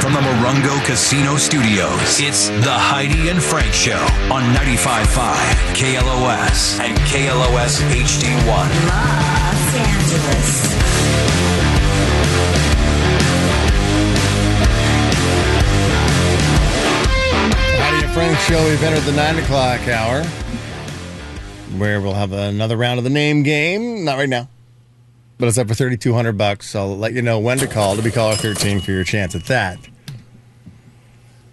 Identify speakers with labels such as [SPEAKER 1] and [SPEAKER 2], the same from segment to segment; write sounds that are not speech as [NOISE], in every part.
[SPEAKER 1] from the Morongo Casino Studios. It's the Heidi and Frank Show on 95.5 KLOS and KLOS HD1.
[SPEAKER 2] Los Angeles.
[SPEAKER 3] Howdy and Frank show. We've entered the nine o'clock hour, where we'll have another round of the name game. Not right now, but it's up for thirty-two hundred bucks. I'll let you know when to call to be caller thirteen for your chance at that.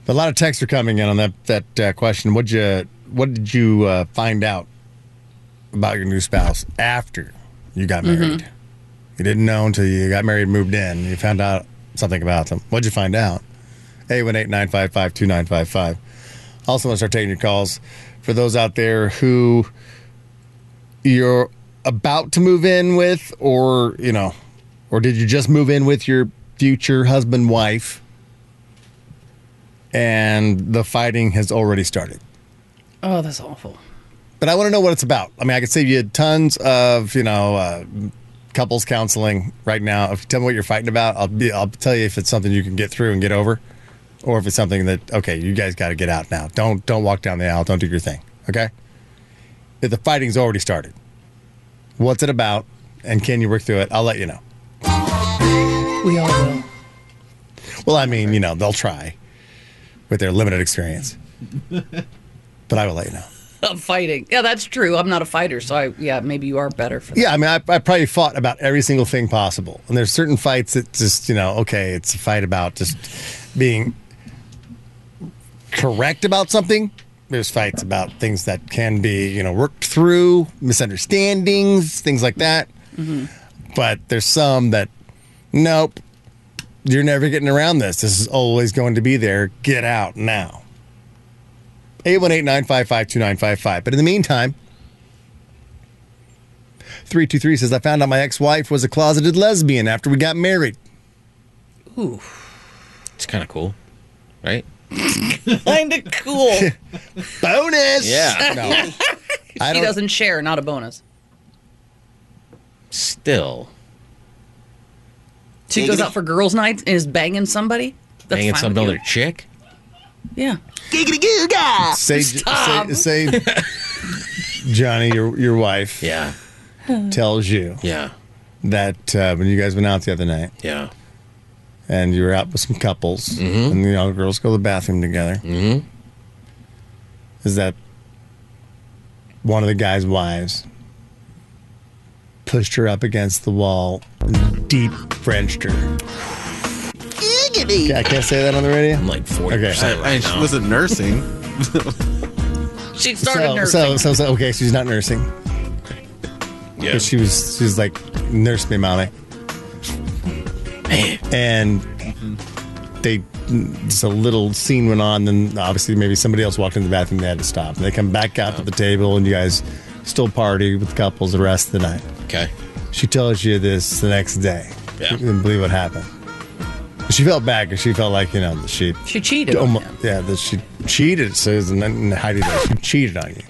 [SPEAKER 3] But a lot of texts are coming in on that that uh, question. What you what did you uh, find out about your new spouse after you got married? You didn't know until you got married, and moved in. You found out something about them. What'd you find out? 818 955 2955. Also, want to start taking your calls for those out there who you're about to move in with, or, you know, or did you just move in with your future husband, wife, and the fighting has already started?
[SPEAKER 4] Oh, that's awful.
[SPEAKER 3] but I want to know what it's about. I mean, I could save you tons of you know uh, couples counseling right now. If you tell me what you're fighting about, I'll be I'll tell you if it's something you can get through and get over, or if it's something that okay, you guys got to get out now. Don't don't walk down the aisle. Don't do your thing. Okay. If the fighting's already started, what's it about, and can you work through it? I'll let you know.
[SPEAKER 4] We all will.
[SPEAKER 3] Well, I mean, you know, they'll try with their limited
[SPEAKER 4] [LAUGHS]
[SPEAKER 3] experience, but I will let you know.
[SPEAKER 4] I'm fighting. Yeah, that's true. I'm not a fighter, so I yeah, maybe you are better for that.
[SPEAKER 3] Yeah, I mean, I, I probably fought about every single thing possible, and there's certain fights that just you know, okay, it's a fight about just being correct about something. There's fights about things that can be you know worked through, misunderstandings, things like that.
[SPEAKER 4] Mm-hmm.
[SPEAKER 3] But there's some that, nope, you're never getting around this. This is always going to be there. Get out now. 818 955 2955. But in the meantime, 323 says, I found out my ex wife was a closeted lesbian after we got married.
[SPEAKER 4] Ooh.
[SPEAKER 5] It's kind of cool, right?
[SPEAKER 4] Kinda
[SPEAKER 3] [LAUGHS]
[SPEAKER 4] cool. she
[SPEAKER 3] Bonus! [LAUGHS]
[SPEAKER 5] Yeah.
[SPEAKER 3] No. I don't,
[SPEAKER 4] doesn't share, not a bonus.
[SPEAKER 5] Still,
[SPEAKER 4] She goes out for girls' nights and is banging somebody. That's
[SPEAKER 5] hanging
[SPEAKER 4] fine
[SPEAKER 5] some
[SPEAKER 4] with you.
[SPEAKER 5] other chick.
[SPEAKER 4] Yeah.
[SPEAKER 3] say,
[SPEAKER 4] Stop.
[SPEAKER 3] say, say Johnny, your, your wife,
[SPEAKER 5] Yeah,
[SPEAKER 3] tells you
[SPEAKER 5] yeah,
[SPEAKER 3] that uh, when you guys went out the other night
[SPEAKER 5] yeah.
[SPEAKER 3] and you were out with some couples and you know, the girls go to the bathroom together, mm-hmm. is that one of the guy's wives pushed her up against the wall and deep Frenched her. I can't say that on the radio.
[SPEAKER 5] I'm like forty percent
[SPEAKER 3] Okay.
[SPEAKER 5] right now.
[SPEAKER 6] was it nursing?
[SPEAKER 4] She started
[SPEAKER 3] So,
[SPEAKER 4] nursing.
[SPEAKER 3] so, so, okay, she's not nursing.
[SPEAKER 5] yeah.
[SPEAKER 3] But she was, she was like, nurse me, mommy.
[SPEAKER 5] Man,
[SPEAKER 3] And they, just a little scene went on. Then obviously, maybe somebody else walked in the bathroom. They had to stop. And they come back out to the table, and you guys still party with couples the rest of the night.
[SPEAKER 5] okay.
[SPEAKER 3] She tells you this the next day.
[SPEAKER 5] Yeah.
[SPEAKER 3] You couldn't believe what happened. She felt bad because she felt like, you know, that she,
[SPEAKER 4] she cheated.
[SPEAKER 3] almo- yeah, that she cheated, Susan. And Heidi, that she cheated on you.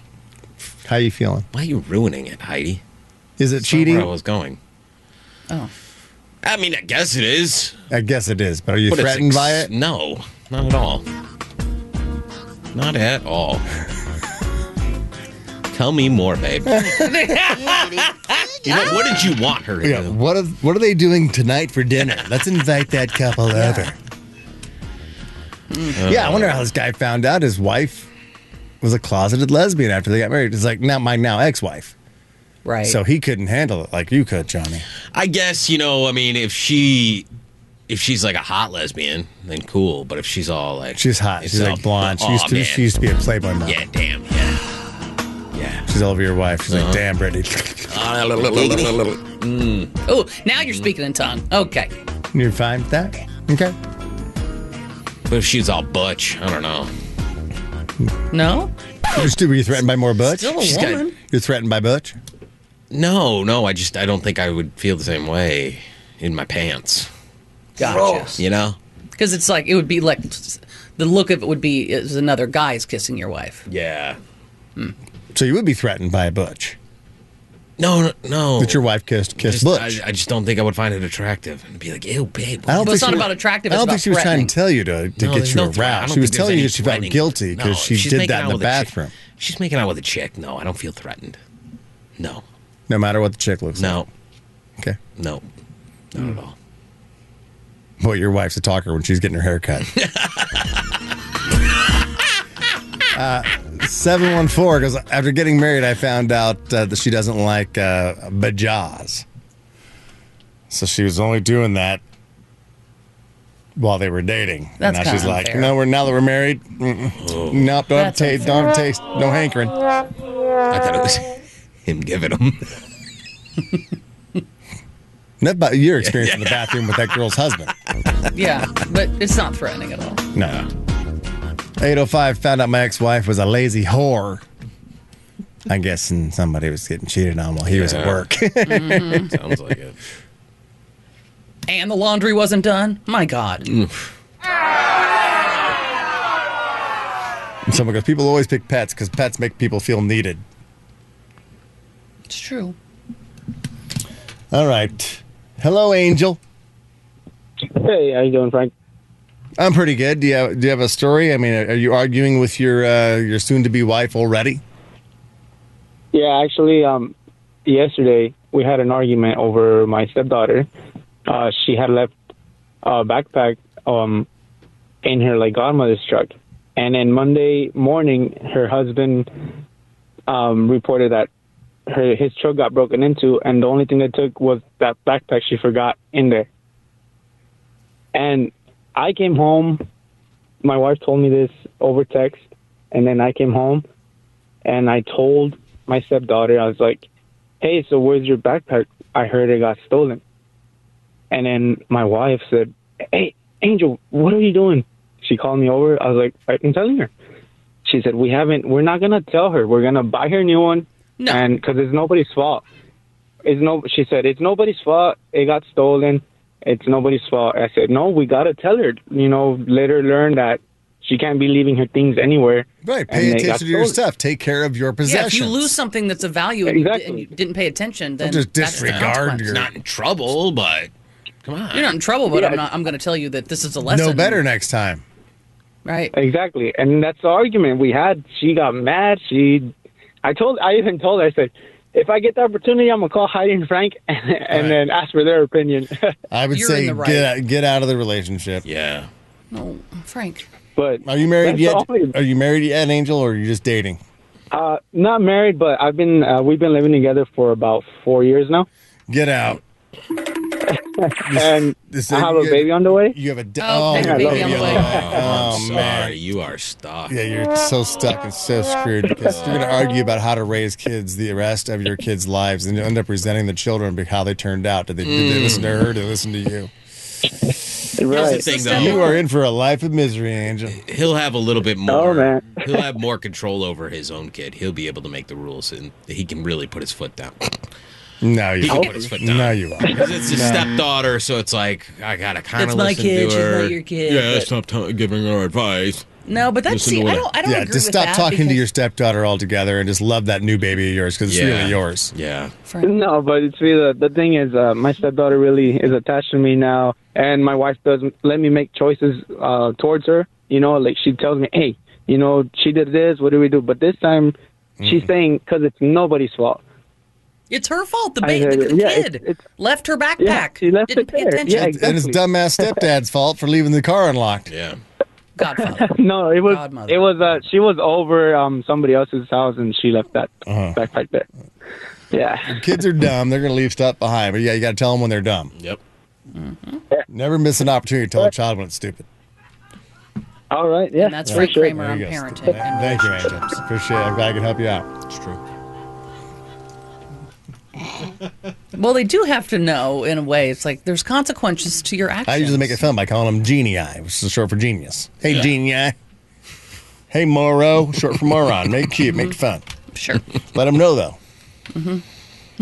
[SPEAKER 3] How you feeling?
[SPEAKER 5] Why are you ruining it, Heidi?
[SPEAKER 3] Is it
[SPEAKER 5] That's not
[SPEAKER 3] cheating?
[SPEAKER 5] Where I was going.
[SPEAKER 4] Oh.
[SPEAKER 5] I mean, I guess it is.
[SPEAKER 3] I guess it is, but are you
[SPEAKER 5] But it's
[SPEAKER 3] threatened
[SPEAKER 5] ex-
[SPEAKER 3] by it?
[SPEAKER 5] No, not at all. Not
[SPEAKER 3] [LAUGHS]
[SPEAKER 5] at all. Tell me more, babe. You know, what did you want her to
[SPEAKER 3] Yeah.
[SPEAKER 5] do?
[SPEAKER 3] What are What are they doing tonight for dinner?
[SPEAKER 5] [LAUGHS]
[SPEAKER 3] Let's invite that couple over.
[SPEAKER 5] Mm.
[SPEAKER 3] Yeah, I wonder how this guy found out his wife was a closeted lesbian after they got married. It's like not my now ex-wife,
[SPEAKER 4] [LAUGHS] Right.
[SPEAKER 3] so he couldn't handle it like you could, Johnny.
[SPEAKER 5] I guess you know. I mean, if she, if she's like a hot lesbian, then cool. But if she's all like,
[SPEAKER 3] She's hot.
[SPEAKER 5] it's
[SPEAKER 3] She's
[SPEAKER 5] all-
[SPEAKER 3] like blonde. She
[SPEAKER 5] Aw,
[SPEAKER 3] used to
[SPEAKER 5] man.
[SPEAKER 3] she used to be a Playboy model.
[SPEAKER 5] yeah, damn, yeah, yeah.
[SPEAKER 3] She's all over your wife. She's like,
[SPEAKER 5] Uh-huh.
[SPEAKER 3] damn, Brittany, [LAUGHS]
[SPEAKER 4] oh, now you're speaking in tongue. Okay.
[SPEAKER 3] you fine with that? Okay.
[SPEAKER 5] But if she's all butch, I don't know.
[SPEAKER 4] No?
[SPEAKER 3] You're still, were you threatened by more Butch?
[SPEAKER 4] Still a
[SPEAKER 5] She's got-
[SPEAKER 4] woman.
[SPEAKER 3] You're threatened by Butch?
[SPEAKER 5] No, no. I just I don't think I would feel the same way in my pants.
[SPEAKER 4] Gotcha.
[SPEAKER 5] You know?
[SPEAKER 4] Because it's like it would be like the look of it would be is another guy's kissing your wife.
[SPEAKER 5] Yeah.
[SPEAKER 3] So you would be threatened by a Butch.
[SPEAKER 5] No, no, no.
[SPEAKER 3] That your wife kissed kissed
[SPEAKER 5] Just-
[SPEAKER 3] Butch.
[SPEAKER 5] I, I just don't think I would find it attractive and be like, ew, babe.
[SPEAKER 3] I don't
[SPEAKER 4] Well,
[SPEAKER 5] what
[SPEAKER 3] think
[SPEAKER 4] it's
[SPEAKER 3] she
[SPEAKER 4] not
[SPEAKER 3] was-
[SPEAKER 4] about attractive,
[SPEAKER 3] I don't
[SPEAKER 4] it's
[SPEAKER 3] think she was
[SPEAKER 4] about
[SPEAKER 3] trying to tell you to, to
[SPEAKER 5] No,
[SPEAKER 3] get
[SPEAKER 5] there's
[SPEAKER 3] you
[SPEAKER 5] no threat. I
[SPEAKER 3] aroused. She
[SPEAKER 5] don't
[SPEAKER 3] was
[SPEAKER 5] think there's
[SPEAKER 3] telling you
[SPEAKER 5] any
[SPEAKER 3] that she felt
[SPEAKER 5] threatening.
[SPEAKER 3] guilty because
[SPEAKER 5] No,
[SPEAKER 3] she
[SPEAKER 5] she's
[SPEAKER 3] did
[SPEAKER 5] making
[SPEAKER 3] that in
[SPEAKER 5] out
[SPEAKER 3] the
[SPEAKER 5] with a chick.
[SPEAKER 3] bathroom.
[SPEAKER 5] She's making out with a chick. No, I don't feel threatened. No,
[SPEAKER 3] No matter what the chick looks like.
[SPEAKER 5] no,
[SPEAKER 3] Okay.
[SPEAKER 5] no, not at all.
[SPEAKER 3] Boy, your wife's a talker when she's getting her hair cut. uh, 714 goes, after getting married, I found out uh, that she doesn't like uh, bajas. So she was only doing that while they were dating.
[SPEAKER 4] That's
[SPEAKER 3] now she's
[SPEAKER 4] kinda
[SPEAKER 3] like,
[SPEAKER 4] unfair.
[SPEAKER 3] no, we're now that we're married, mm-mm. nope, don't have
[SPEAKER 4] That's
[SPEAKER 3] taste, don't have taste, no hankering.
[SPEAKER 5] I thought it was [LAUGHS] him giving him.
[SPEAKER 3] [LAUGHS] Enough about your experience in the bathroom with that girl's husband.
[SPEAKER 4] Yeah, but it's not threatening at all.
[SPEAKER 3] No. 805 found out my ex wife was a lazy whore. I'm guessing somebody was getting cheated on while he was at
[SPEAKER 5] Yeah.
[SPEAKER 3] work. [LAUGHS]
[SPEAKER 5] Sounds like it.
[SPEAKER 4] And the laundry wasn't done. My God.
[SPEAKER 3] Someone goes, People always pick pets because pets make people feel needed.
[SPEAKER 4] It's true.
[SPEAKER 3] All right. Hello, Angel.
[SPEAKER 6] Hey, how you doing, Frank?
[SPEAKER 3] I'm pretty good. Do you have, do you have a story? I mean, are you arguing with your uh, your soon to be wife already?
[SPEAKER 6] Yeah, actually, um, yesterday we had an argument over my stepdaughter. Uh, she had left a backpack um, in her like godmother's truck, and then Monday morning, her husband um, reported that her his truck got broken into, and the only thing they took was that backpack she forgot in there. And I came home. My wife told me this over text, and then I came home and I told my stepdaughter, I was like, "Hey, so where's your backpack? I heard it got stolen." And then my wife said, "Hey, Angel, what are you doing?" She called me over. I was like, "I've been telling her." She said, "We haven't. We're not gonna tell her. We're gonna buy her a new one,
[SPEAKER 4] No.
[SPEAKER 6] and because it's nobody's fault. It's no." She said, "It's nobody's fault. It got stolen. It's nobody's fault." I said, "No, we gotta tell her. You know, let her learn that." She can't be leaving her things anywhere.
[SPEAKER 3] Right.
[SPEAKER 6] and
[SPEAKER 3] Pay
[SPEAKER 6] they got
[SPEAKER 3] attention to your
[SPEAKER 6] stolen.
[SPEAKER 3] stuff. Take care of your
[SPEAKER 4] Yeah,
[SPEAKER 3] possessions.
[SPEAKER 4] if you lose something that's of value and, you, and
[SPEAKER 6] Exactly.
[SPEAKER 4] you didn't pay attention, then
[SPEAKER 3] just
[SPEAKER 4] that's the
[SPEAKER 3] disregard
[SPEAKER 4] consequence.
[SPEAKER 3] your-
[SPEAKER 5] You're not in trouble, but come on.
[SPEAKER 4] You're not in trouble, but
[SPEAKER 6] Yeah.
[SPEAKER 4] I'm not. I'm going to tell you that this is a lesson.
[SPEAKER 3] know better next time.
[SPEAKER 4] right?
[SPEAKER 6] Exactly, and that's the argument we had. She got mad. She, I told, I even told her, I said, if I get the opportunity, I'm gonna call Heidi and Frank, [LAUGHS] and,
[SPEAKER 3] Right.
[SPEAKER 6] then ask for their opinion. [LAUGHS]
[SPEAKER 3] I would
[SPEAKER 4] You're in
[SPEAKER 3] say
[SPEAKER 4] the right.
[SPEAKER 3] get, out, get out of the relationship.
[SPEAKER 5] Yeah.
[SPEAKER 4] No, Frank.
[SPEAKER 6] but
[SPEAKER 3] Are you married
[SPEAKER 6] that's
[SPEAKER 3] yet?
[SPEAKER 6] always-
[SPEAKER 3] Are you married yet, Angel, or are you just dating?
[SPEAKER 6] uh, not married, but I've been, uh, we've been living together for about four
[SPEAKER 3] [LAUGHS]
[SPEAKER 6] years now,
[SPEAKER 3] Get out.
[SPEAKER 6] and
[SPEAKER 3] This-
[SPEAKER 6] I have
[SPEAKER 3] you
[SPEAKER 6] a
[SPEAKER 3] get-
[SPEAKER 6] baby on the way.
[SPEAKER 3] You have a d-
[SPEAKER 4] Oh,
[SPEAKER 3] oh,
[SPEAKER 4] there's
[SPEAKER 3] you have a
[SPEAKER 6] baby on the
[SPEAKER 3] baby on
[SPEAKER 6] way.
[SPEAKER 3] the way.
[SPEAKER 5] Oh,
[SPEAKER 3] Oh,
[SPEAKER 5] I'm
[SPEAKER 3] man.
[SPEAKER 5] sorry. You are stuck.
[SPEAKER 3] Yeah, you're so stuck and so screwed because you're going to argue about how to raise kids the rest of your kids' lives, and you end up resenting the children because how they turned out. Did they, did they listen to her? Did they listen to you?
[SPEAKER 5] Here's
[SPEAKER 6] Right.
[SPEAKER 5] the thing,
[SPEAKER 4] System.
[SPEAKER 5] though.
[SPEAKER 3] You are in for a life of misery, Angel.
[SPEAKER 5] He'll have a little bit more.
[SPEAKER 6] Oh, man.
[SPEAKER 5] he'll have more control over his own kid. He'll be able to make the rules, and he can really put his foot down.
[SPEAKER 3] No, you.
[SPEAKER 5] He can
[SPEAKER 3] won't.
[SPEAKER 5] put his foot down.
[SPEAKER 3] No, you are.
[SPEAKER 5] 'Cause it's his stepdaughter, so it's like I gotta kind
[SPEAKER 4] It's
[SPEAKER 5] of
[SPEAKER 4] my
[SPEAKER 5] listen
[SPEAKER 4] kid,
[SPEAKER 5] to
[SPEAKER 4] she's
[SPEAKER 5] her.
[SPEAKER 4] not your kid,
[SPEAKER 5] Yeah,
[SPEAKER 4] but-
[SPEAKER 5] stop t- giving her advice.
[SPEAKER 4] No, but that's
[SPEAKER 5] Listen to
[SPEAKER 4] see,
[SPEAKER 5] what
[SPEAKER 4] I
[SPEAKER 5] I-
[SPEAKER 4] don't. I don't
[SPEAKER 3] Yeah,
[SPEAKER 4] agree
[SPEAKER 3] just
[SPEAKER 4] with
[SPEAKER 3] stop
[SPEAKER 4] that
[SPEAKER 3] talking to
[SPEAKER 4] because-
[SPEAKER 3] your stepdaughter altogether and just love that new baby of yours because it's
[SPEAKER 5] Yeah.
[SPEAKER 3] really yours.
[SPEAKER 5] Yeah,
[SPEAKER 4] Frank.
[SPEAKER 6] No, but it's really, the thing is, uh, my stepdaughter really is attached to me now, and my wife doesn't let me make choices uh, towards her. You know, like she tells me, hey, you know, she did this, what do we do? But this time, she's saying, because it's nobody's fault. [LAUGHS]
[SPEAKER 4] It's her fault. The,
[SPEAKER 6] I
[SPEAKER 4] ba-
[SPEAKER 6] heard
[SPEAKER 4] the
[SPEAKER 6] it. Yeah,
[SPEAKER 4] kid
[SPEAKER 6] it's- it's-
[SPEAKER 4] left her backpack.
[SPEAKER 6] she left
[SPEAKER 4] didn't
[SPEAKER 6] it
[SPEAKER 4] pay
[SPEAKER 6] there.
[SPEAKER 4] attention.
[SPEAKER 6] Yeah, ex-
[SPEAKER 3] And it's
[SPEAKER 6] Exactly.
[SPEAKER 3] dumbass stepdad's fault for leaving the car unlocked.
[SPEAKER 5] yeah.
[SPEAKER 4] Godfather.
[SPEAKER 6] No, it was,
[SPEAKER 4] Godmother.
[SPEAKER 6] it was, uh, she was over um, somebody else's house, and she left that
[SPEAKER 3] Uh-huh.
[SPEAKER 6] backpack there. Yeah.
[SPEAKER 3] Kids
[SPEAKER 5] [LAUGHS]
[SPEAKER 3] are dumb. They're going to leave stuff behind. But yeah, you got to tell them when they're dumb.
[SPEAKER 5] Yep.
[SPEAKER 3] Never miss an opportunity to tell a child when it's stupid.
[SPEAKER 6] All right. Yeah.
[SPEAKER 4] And that's
[SPEAKER 6] for
[SPEAKER 4] Frank
[SPEAKER 6] sure.
[SPEAKER 4] Kramer
[SPEAKER 3] There
[SPEAKER 4] on
[SPEAKER 3] you go.
[SPEAKER 4] parenting. and
[SPEAKER 3] Thank you, Angel.
[SPEAKER 4] relationships.
[SPEAKER 3] Appreciate it. I'm glad I could help you out.
[SPEAKER 5] It's true.
[SPEAKER 4] Well, they do have to know in a way. It's like there's consequences to your actions.
[SPEAKER 3] I usually make a film by calling him Genie Eye, which is short for genius. Hey,
[SPEAKER 5] Yeah.
[SPEAKER 3] Genie Eye. Hey, Moro, short for moron. Make it cute, make it fun.
[SPEAKER 4] Sure.
[SPEAKER 3] Let him know, though.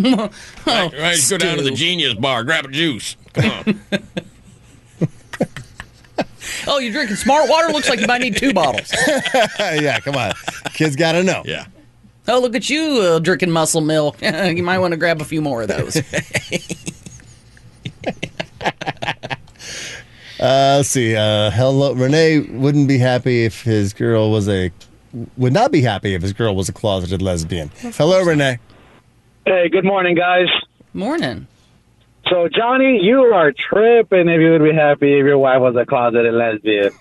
[SPEAKER 5] Right, right, go down to the
[SPEAKER 4] Stu.
[SPEAKER 5] Genius Bar, grab a juice. Come [LAUGHS] on.
[SPEAKER 4] Oh, you're drinking smart water. Looks like you might need two bottles.
[SPEAKER 3] yeah, come on. Kids got to know.
[SPEAKER 5] yeah.
[SPEAKER 4] Oh, look at you uh, drinking muscle milk. [LAUGHS] you might want to grab a few more of those.
[SPEAKER 3] Uh, let's see. Uh, hello, Renee wouldn't be happy if his girl was a would not be happy if his girl was a closeted lesbian. Hello, Renee.
[SPEAKER 7] Hey, good morning, guys.
[SPEAKER 4] Morning.
[SPEAKER 7] So, Johnny, you are tripping if you would be happy if your wife was a closeted lesbian.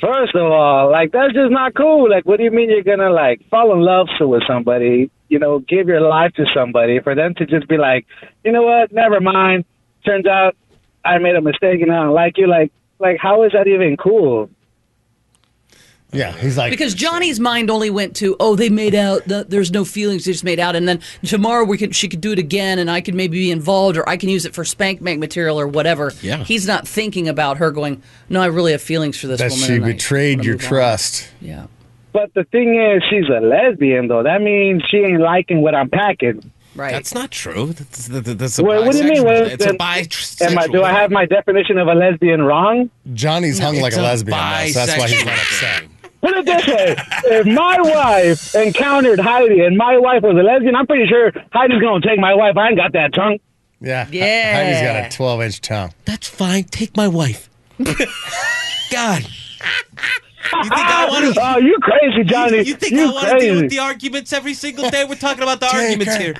[SPEAKER 7] First of all, like, that's just not cool. Like, what do you mean you're going to, like, fall in love with somebody, you know, give your life to somebody for them to just be like, you know what, never mind. Turns out I made a mistake and I don't like you. Like, like, how is that even cool?
[SPEAKER 3] Yeah, he's like
[SPEAKER 4] Because Johnny's mind only went to, oh, they made out. th there's no feelings. They just made out, and then tomorrow we could she could do it again, and I could maybe be involved, or I can use it for spank bank material or whatever.
[SPEAKER 5] Yeah.
[SPEAKER 4] He's not thinking about her going. No, I really have feelings for this
[SPEAKER 3] that
[SPEAKER 4] woman.
[SPEAKER 3] she
[SPEAKER 4] and I
[SPEAKER 3] betrayed
[SPEAKER 4] wanna
[SPEAKER 3] your
[SPEAKER 4] move on."
[SPEAKER 3] trust.
[SPEAKER 4] Yeah.
[SPEAKER 7] But the thing is, she's a lesbian, though. That means she ain't liking what I'm packing.
[SPEAKER 4] Right.
[SPEAKER 5] That's not true. That's, that- that- that's a
[SPEAKER 7] Well, what do you mean?
[SPEAKER 5] bisexual-
[SPEAKER 7] Well,
[SPEAKER 5] It's a
[SPEAKER 7] then-
[SPEAKER 5] bisexual.
[SPEAKER 7] Am I, do I have my definition of a lesbian wrong?
[SPEAKER 3] Johnny's hung like
[SPEAKER 5] It's
[SPEAKER 3] a lesbian. now, so that's why he's not upset.
[SPEAKER 5] bisexual.
[SPEAKER 7] Put it this way: if my wife encountered Heidi and my wife was a lesbian, I'm pretty sure Heidi's gonna take my wife. I ain't got that tongue.
[SPEAKER 5] [LAUGHS]
[SPEAKER 3] Yeah,
[SPEAKER 4] Yeah.
[SPEAKER 3] Heidi's got a twelve-inch tongue.
[SPEAKER 5] That's fine. Take my
[SPEAKER 7] [LAUGHS]
[SPEAKER 5] wife. God. You think
[SPEAKER 7] [LAUGHS]
[SPEAKER 5] I want to?
[SPEAKER 7] Oh, you crazy, Johnny?
[SPEAKER 5] You think I want to
[SPEAKER 7] crazy?
[SPEAKER 5] deal with the arguments every single day? We're talking about the arguments
[SPEAKER 3] her.
[SPEAKER 5] here.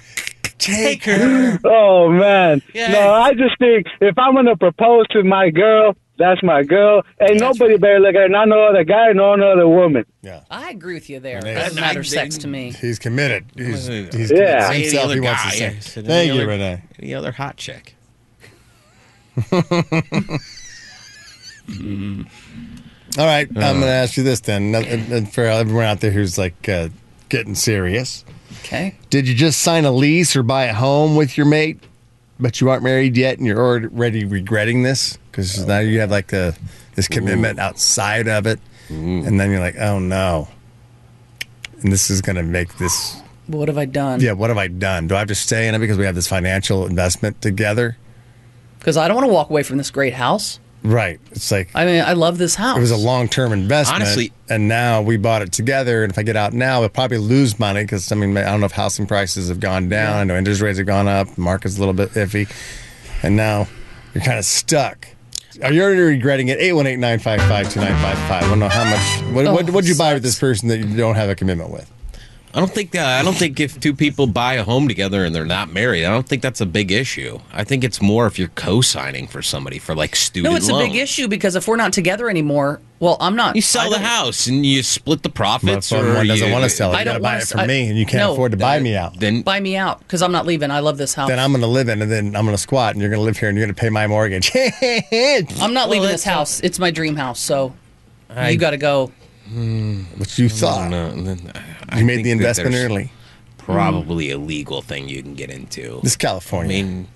[SPEAKER 3] Take
[SPEAKER 5] her.
[SPEAKER 7] oh man,
[SPEAKER 5] Yeah.
[SPEAKER 7] no, I just think if I'm gonna propose to my girl, that's my girl. Ain't nobody better look at her, not no other guy, nor no other woman.
[SPEAKER 3] Yeah,
[SPEAKER 4] I agree with you there.
[SPEAKER 3] Renee.
[SPEAKER 4] Doesn't matter sex to me.
[SPEAKER 3] he's committed. He's, he's convinced
[SPEAKER 7] Yeah.
[SPEAKER 3] himself. He wants to
[SPEAKER 5] Any other guy.
[SPEAKER 3] say. Thank
[SPEAKER 5] Any
[SPEAKER 3] you,
[SPEAKER 5] other-
[SPEAKER 3] Renee.
[SPEAKER 5] Any other hot chick?
[SPEAKER 3] All right, I'm going to ask you this then, and and for everyone out there who's like uh, getting serious.
[SPEAKER 4] Okay.
[SPEAKER 3] Did you just sign a lease or buy a home with your mate, but you aren't married yet, and you're already regretting this because now you have like the this commitment outside of it, and then you're like, oh no, and this is going to make this.
[SPEAKER 4] What have I done?
[SPEAKER 3] Yeah, what have I done? Do I have to stay in it because we have this financial investment together?
[SPEAKER 4] Because I don't want to walk away from this great house.
[SPEAKER 3] Right. It's like
[SPEAKER 4] I mean, I love this house.
[SPEAKER 3] it was a long term investment.
[SPEAKER 5] Honestly-
[SPEAKER 3] and now we bought it together. And if I get out now, I'll probably lose money because I mean I don't know if housing prices have gone down. I know interest rates have gone up. Market's a little bit iffy, and now you're kind of stuck. Are you already regretting it? Eight one eight nine five five two nine five five. I don't know how much. What
[SPEAKER 4] Oh,
[SPEAKER 3] what would you buy with this person that you don't have a commitment with?
[SPEAKER 5] I don't think that. I don't think if two people buy a home together and they're not married, I don't think that's a big issue. I think it's more if you're co-signing for somebody for like student.
[SPEAKER 4] no, it's a
[SPEAKER 5] loan.
[SPEAKER 4] big issue because if we're not together anymore, well, I'm not. I
[SPEAKER 5] You sell the
[SPEAKER 4] don't-
[SPEAKER 5] house and you split the profits,
[SPEAKER 3] Well, if
[SPEAKER 5] or
[SPEAKER 3] one doesn't
[SPEAKER 5] you-
[SPEAKER 3] want to sell it.
[SPEAKER 4] I
[SPEAKER 3] You got to
[SPEAKER 4] don't
[SPEAKER 3] buy
[SPEAKER 4] wanna
[SPEAKER 3] it from
[SPEAKER 4] s- I-
[SPEAKER 3] me, and you can't
[SPEAKER 4] no.
[SPEAKER 3] afford to buy me out.
[SPEAKER 5] Then
[SPEAKER 4] Buy me out because I'm not leaving. I love this house.
[SPEAKER 3] Then I'm going to live in, and then I'm going to squat, and you're going to live here, and you're going to pay my mortgage. [LAUGHS]
[SPEAKER 4] I'm not leaving this house. It's my dream house, so you got to go.
[SPEAKER 3] What you
[SPEAKER 5] I
[SPEAKER 3] thought?
[SPEAKER 5] don't know. Then uh, I- I
[SPEAKER 3] Uh, You made
[SPEAKER 5] think
[SPEAKER 3] the
[SPEAKER 5] that
[SPEAKER 3] investment
[SPEAKER 5] there's
[SPEAKER 3] early.
[SPEAKER 5] Probably a legal thing you can get into.
[SPEAKER 3] This is
[SPEAKER 5] I
[SPEAKER 3] California.
[SPEAKER 5] mean,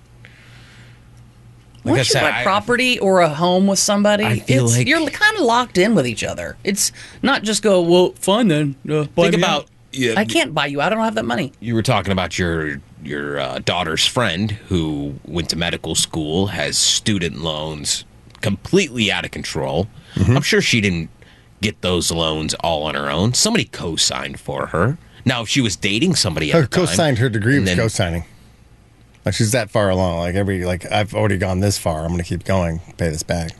[SPEAKER 5] like I
[SPEAKER 4] Once you
[SPEAKER 5] said,
[SPEAKER 4] buy
[SPEAKER 5] I-
[SPEAKER 4] property or a home with somebody,
[SPEAKER 5] I feel
[SPEAKER 4] it's,
[SPEAKER 5] like-
[SPEAKER 4] you're kind of locked in with each other. It's not just go well, fine then. Uh, buy
[SPEAKER 5] think
[SPEAKER 4] me
[SPEAKER 5] about.
[SPEAKER 4] out."
[SPEAKER 5] Yeah,
[SPEAKER 4] I can't buy you out. I don't have that money.
[SPEAKER 5] you were talking about your your uh, daughter's friend who went to medical school has student loans completely out of control.
[SPEAKER 3] Mm-hmm.
[SPEAKER 5] I'm sure she didn't get those loans all on her own. Somebody co-signed for her. Now, if she was dating somebody, at
[SPEAKER 3] Her
[SPEAKER 5] the time,
[SPEAKER 3] co-signed her degree
[SPEAKER 5] and
[SPEAKER 3] was
[SPEAKER 5] then-
[SPEAKER 3] co-signing. Like she's that far along. Like every like I've already gone this far. I'm gonna keep going. Pay this back.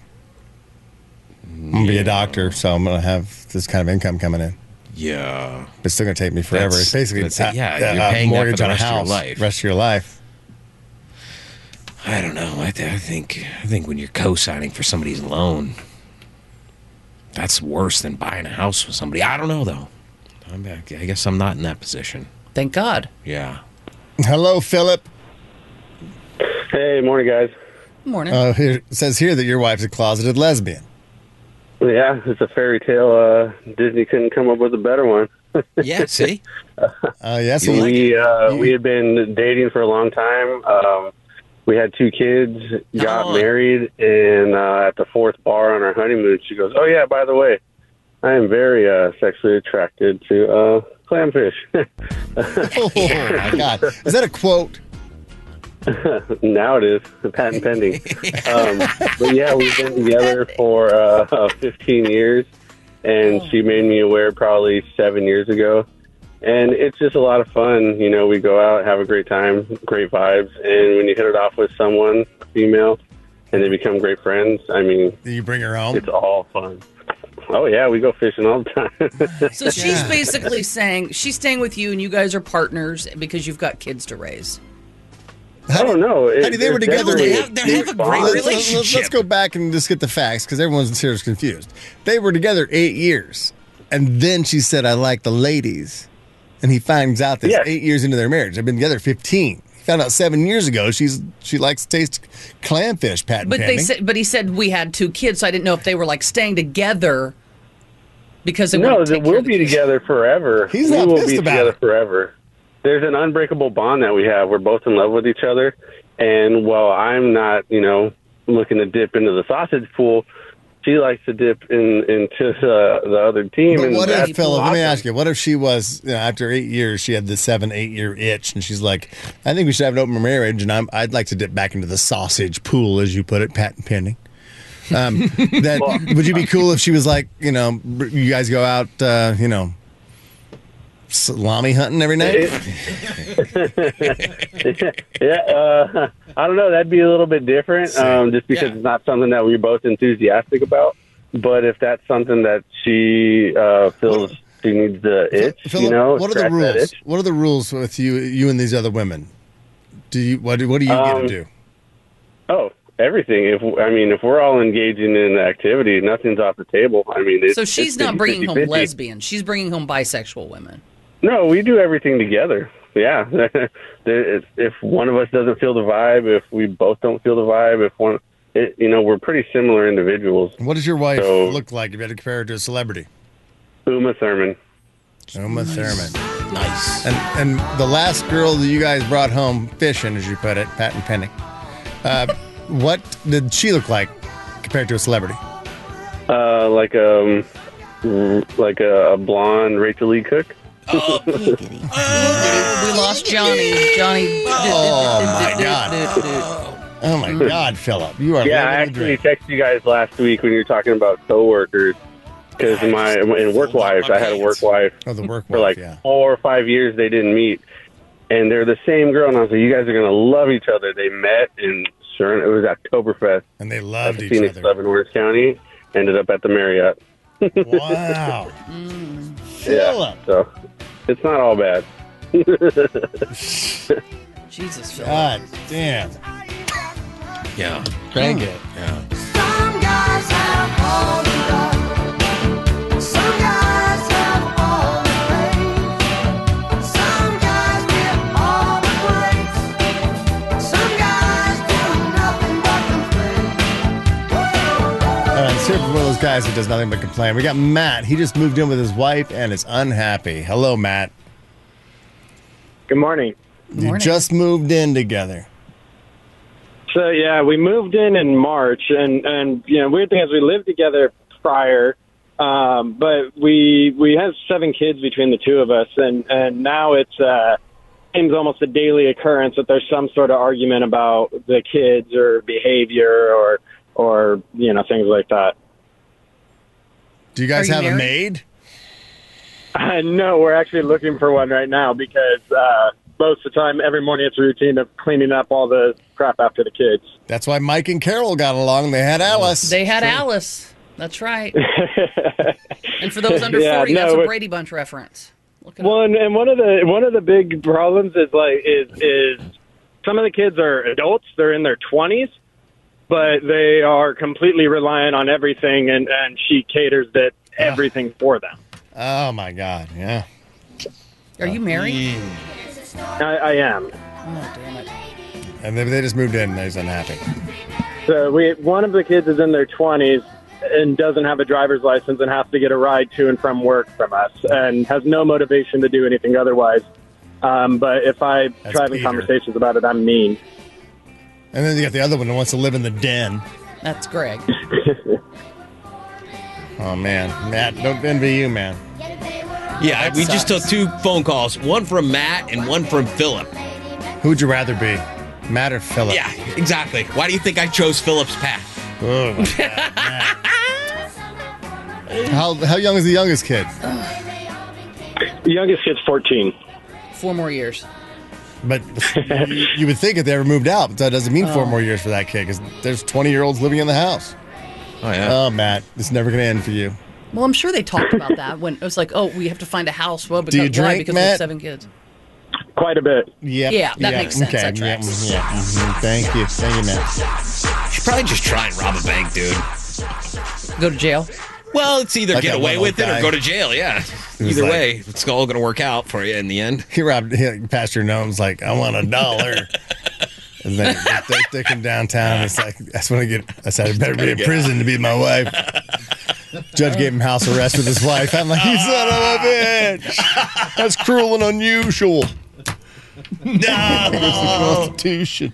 [SPEAKER 3] I'm gonna be a doctor, so I'm gonna have this kind of income coming in.
[SPEAKER 5] yeah,
[SPEAKER 3] But It's still gonna take me forever.
[SPEAKER 5] That's-
[SPEAKER 3] it's basically
[SPEAKER 5] that's it.
[SPEAKER 3] a-
[SPEAKER 5] Yeah,
[SPEAKER 3] a-
[SPEAKER 5] you're
[SPEAKER 3] a
[SPEAKER 5] paying that for
[SPEAKER 3] mortgage
[SPEAKER 5] the
[SPEAKER 3] on a
[SPEAKER 5] rest of your
[SPEAKER 3] house.
[SPEAKER 5] life.
[SPEAKER 3] Rest of your life.
[SPEAKER 5] I don't know. I, th- I think I think when you're co-signing for somebody's loan, that's worse than buying a house with somebody. I don't know though. I'm, I guess I'm not in that position.
[SPEAKER 4] Thank God.
[SPEAKER 5] Yeah.
[SPEAKER 3] Hello, Philip.
[SPEAKER 8] Hey, morning, guys.
[SPEAKER 4] Morning.
[SPEAKER 3] Uh, here, it says here that your wife's a closeted lesbian.
[SPEAKER 8] Yeah, it's a fairy tale. Uh, Disney couldn't come up with a better one.
[SPEAKER 5] Yeah.
[SPEAKER 3] [LAUGHS]
[SPEAKER 5] See.
[SPEAKER 3] Uh, yes,
[SPEAKER 5] You
[SPEAKER 3] he-
[SPEAKER 5] like-
[SPEAKER 8] We uh, we had been dating for a long time. Um, we had two kids, got
[SPEAKER 5] Oh.
[SPEAKER 8] married, and uh, at the fourth bar on our honeymoon, she goes, "Oh yeah, by the way, I am very uh, sexually attracted to uh, clamfish." [LAUGHS]
[SPEAKER 3] oh my god, is that a quote?
[SPEAKER 8] now it is
[SPEAKER 5] [LAUGHS]
[SPEAKER 8] patent pending. um, but yeah, we've been together for [LAUGHS]
[SPEAKER 5] Oh.
[SPEAKER 8] uh, 15 years, and she made me aware probably seven years ago. and it's just a lot of fun. You know, we go out, have a great time, great vibes, and when you hit it off with someone, female, and they become great friends, I mean,
[SPEAKER 3] Did you bring her home?
[SPEAKER 8] it's all fun. Oh yeah, we go fishing all the time. [LAUGHS]
[SPEAKER 4] So she's basically saying she's staying with you, and you guys are partners because you've got kids to raise.
[SPEAKER 8] I don't know. It,
[SPEAKER 3] Heidi, they were
[SPEAKER 8] it's
[SPEAKER 3] together.
[SPEAKER 8] definitely-
[SPEAKER 5] They have- they have a great
[SPEAKER 8] Bond.
[SPEAKER 3] Let's- let's- Let's,
[SPEAKER 5] relationship.
[SPEAKER 3] go back and just get the facts because everyone's here is confused. They were together eight years, and then she said, "I like the ladies," and he finds out this
[SPEAKER 8] Yeah.
[SPEAKER 3] eight years into their marriage. They've been together fifteen. He found out seven years ago. She's she likes to taste clamfish. Patent
[SPEAKER 4] But they
[SPEAKER 3] pending.
[SPEAKER 4] said, but he said we had two kids, so I didn't know if they were like staying together because they
[SPEAKER 8] No,
[SPEAKER 4] wanted to
[SPEAKER 8] that
[SPEAKER 4] take care
[SPEAKER 8] we'll
[SPEAKER 4] of the
[SPEAKER 8] be
[SPEAKER 4] kids.
[SPEAKER 8] together forever.
[SPEAKER 3] He's
[SPEAKER 8] we
[SPEAKER 3] not
[SPEAKER 8] will
[SPEAKER 3] pissed
[SPEAKER 8] be
[SPEAKER 3] about
[SPEAKER 8] together
[SPEAKER 3] it.
[SPEAKER 8] forever. There's an unbreakable bond that we have. We're both in love with each other, and while I'm not, you know, looking to dip into the sausage pool, she likes to dip in into the, the other team.
[SPEAKER 3] But
[SPEAKER 8] and
[SPEAKER 3] what
[SPEAKER 8] that's
[SPEAKER 3] if, Philip? Let me
[SPEAKER 8] awesome.
[SPEAKER 3] ask you. What if she was you know, after eight years, she had the seven, eight year itch, and she's like, "I think we should have an open marriage," and I'm, I'd like to dip back into the sausage pool, as you put it, patent pending. Um,
[SPEAKER 8] [LAUGHS]
[SPEAKER 3] that would you be cool if she was like, you know, br- you guys go out, uh, you know, salami hunting every night?
[SPEAKER 8] yeah, uh, [LAUGHS] I don't know. That'd be a little bit different, um, just because
[SPEAKER 5] Yeah.
[SPEAKER 8] it's not something that we're both enthusiastic about. But if that's something that she uh, feels she needs to itch,
[SPEAKER 3] Philip,
[SPEAKER 8] you know,
[SPEAKER 3] what are the
[SPEAKER 8] scratch that
[SPEAKER 3] rules?
[SPEAKER 8] itch.
[SPEAKER 3] What are the rules with you, you and these other women? Do you what? do- What do you get to
[SPEAKER 8] Um,
[SPEAKER 3] do?
[SPEAKER 8] Oh, everything. If I mean, if we're all engaging in activity, nothing's off the table. I mean, it's,
[SPEAKER 4] So she's
[SPEAKER 8] it's
[SPEAKER 4] not
[SPEAKER 8] 50,
[SPEAKER 4] bringing home
[SPEAKER 8] 50.
[SPEAKER 4] lesbians; she's bringing home bisexual women.
[SPEAKER 8] No, we do everything together. Yeah, [LAUGHS] There- if if one of us doesn't feel the vibe, if we both don't feel the vibe, if one, it, you know, we're pretty similar individuals.
[SPEAKER 3] What does your wife
[SPEAKER 8] so-
[SPEAKER 3] look like if you had to compare her to a celebrity?
[SPEAKER 8] Uma Thurman.
[SPEAKER 3] Uma Thurman.
[SPEAKER 5] Nice.
[SPEAKER 3] And and the last girl that you guys brought home fishing, as you put it, patent pending. Uh, [LAUGHS] what did she look like compared to a celebrity?
[SPEAKER 8] Uh, like um, like a, a blonde Rachel Lee Cook.
[SPEAKER 4] We lost Johnny. Johnny.
[SPEAKER 3] [LAUGHS] Oh, my Oh my God, Philip, you are
[SPEAKER 8] Hmm. Yeah, I
[SPEAKER 3] living the
[SPEAKER 8] actually
[SPEAKER 3] dream.
[SPEAKER 8] texted you guys last week when you were talking about coworkers because my in work wives, I had a work wife
[SPEAKER 3] Oh, the work
[SPEAKER 8] for
[SPEAKER 3] wife,
[SPEAKER 8] like
[SPEAKER 3] yeah.
[SPEAKER 8] four or five years they didn't meet, and they're the same girl. And I was like, you guys are gonna love each other. They met in sure it was Oktoberfest
[SPEAKER 3] And they
[SPEAKER 8] at
[SPEAKER 3] loved
[SPEAKER 8] the
[SPEAKER 3] each
[SPEAKER 8] Phoenix
[SPEAKER 3] other.
[SPEAKER 8] Club in Orange County. Ended up at the Marriott.
[SPEAKER 3] Wow.
[SPEAKER 8] [LAUGHS]
[SPEAKER 4] Mm.
[SPEAKER 3] Philip.
[SPEAKER 8] So it's not all bad.
[SPEAKER 4] Jesus. Phil.
[SPEAKER 3] God damn.
[SPEAKER 5] Yeah.
[SPEAKER 3] Crank
[SPEAKER 4] Hmm.
[SPEAKER 3] it.
[SPEAKER 5] Yeah.
[SPEAKER 2] Some guys have all the love. Some guys have all the faith. Some guys give all the praise. Some guys do nothing but complain.
[SPEAKER 3] All right, let's hear from one of those guys who does nothing but complain. We got Matt. He just moved in with his wife and is unhappy. Hello, Matt.
[SPEAKER 7] Good morning.
[SPEAKER 3] You
[SPEAKER 4] Morning.
[SPEAKER 3] just moved in together.
[SPEAKER 7] So yeah, we moved in in March, and and you know, weird thing is we lived together prior, um, but we we have seven kids between the two of us, and and now it's uh, seems almost a daily occurrence that there's some sort of argument about the kids or behavior or or you know things like that. [LAUGHS]
[SPEAKER 3] Do you guys
[SPEAKER 4] you
[SPEAKER 3] have a
[SPEAKER 4] married?
[SPEAKER 3] maid?
[SPEAKER 7] Uh, no, we're actually looking for one right now because uh, most of the time, every morning it's a routine of cleaning up all the crap after the kids.
[SPEAKER 3] That's why Mike and Carol got along. They had Alice.
[SPEAKER 4] They had Alice. That's
[SPEAKER 7] [LAUGHS]
[SPEAKER 4] right. and for those under
[SPEAKER 7] Yeah,
[SPEAKER 4] 40,
[SPEAKER 7] no,
[SPEAKER 4] that's a
[SPEAKER 7] it-
[SPEAKER 4] Brady Bunch reference. Look it up.
[SPEAKER 7] Well, and, and one of the one of the big problems is like is is some of the kids are adults; they're in their twenties, but they are completely reliant on everything, and and she caters that everything for them.
[SPEAKER 3] Oh my God! Yeah.
[SPEAKER 4] Are you married?
[SPEAKER 7] I, I am.
[SPEAKER 4] Oh, damn it.
[SPEAKER 3] And they, they just moved in. and They're just unhappy.
[SPEAKER 7] So we one of the kids is in their twenties and doesn't have a driver's license and has to get a ride to and from work from us and has no motivation to do anything otherwise. Um, but if I
[SPEAKER 3] That's
[SPEAKER 7] try having
[SPEAKER 3] Peter.
[SPEAKER 7] conversations about it, I'm mean.
[SPEAKER 3] And then you got the other one who wants to live in the den.
[SPEAKER 4] That's Greg.
[SPEAKER 3] Oh man, Matt, don't envy you, man.
[SPEAKER 5] Yeah,
[SPEAKER 4] that
[SPEAKER 5] we just took
[SPEAKER 4] sucks.
[SPEAKER 5] two phone calls, one from Matt and one from Philip.
[SPEAKER 3] Who'd you rather be, Matt or Philip?
[SPEAKER 5] Yeah, exactly. Why do you think I chose Philip's path?
[SPEAKER 3] Oh, my God,
[SPEAKER 4] [LAUGHS]
[SPEAKER 3] Matt. how how young is the youngest kid?
[SPEAKER 9] The youngest kid's 14.
[SPEAKER 4] Four more years.
[SPEAKER 3] But you you would think if they ever moved out, but that doesn't mean
[SPEAKER 4] Oh.
[SPEAKER 3] four more years for that kid because there's 20 year olds living in the house.
[SPEAKER 5] Oh yeah.
[SPEAKER 3] Oh, Matt, it's never going to end for you.
[SPEAKER 4] Well, I'm sure they talked about that when it was like, oh, we have to find a house. Well, because,
[SPEAKER 3] you
[SPEAKER 4] why?
[SPEAKER 3] drink,
[SPEAKER 4] because we
[SPEAKER 3] Matt?
[SPEAKER 4] have seven kids.
[SPEAKER 9] Quite a bit.
[SPEAKER 3] Yep.
[SPEAKER 4] Yeah, that makes sense.
[SPEAKER 3] Okay.
[SPEAKER 4] That
[SPEAKER 3] yeah,
[SPEAKER 4] tracks.
[SPEAKER 3] yeah. mhm. Thank you. Thank you, Matt.
[SPEAKER 5] Should probably just try and rob a bank, dude.
[SPEAKER 4] Go to jail.
[SPEAKER 5] Well, it's either
[SPEAKER 3] Like
[SPEAKER 5] get
[SPEAKER 3] that
[SPEAKER 5] away
[SPEAKER 3] one old
[SPEAKER 5] with it
[SPEAKER 3] guy.
[SPEAKER 5] or go to jail. Yeah.
[SPEAKER 3] was
[SPEAKER 5] Either
[SPEAKER 3] like-
[SPEAKER 5] way, it's all going to work out for you in
[SPEAKER 3] [LAUGHS]
[SPEAKER 5] the end.
[SPEAKER 3] He robbed he, Pastor Gnome's like, I want a dollar. and then they're thinking downtown. It's like, that's when I get, I said, I better be in prison to be my wife. Judge gave him house arrest with his wife. I'm like, you son of a bitch. That's cruel and unusual.
[SPEAKER 5] No.
[SPEAKER 3] Constitution.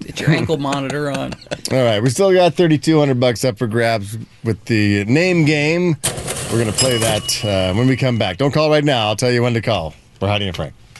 [SPEAKER 4] Get your ankle monitor on.
[SPEAKER 3] All right, we still got 3200 bucks up for grabs with the name game. We're going to play that uh, when we come back. Don't call right now. I'll tell you when to call. We're hiding and Frank.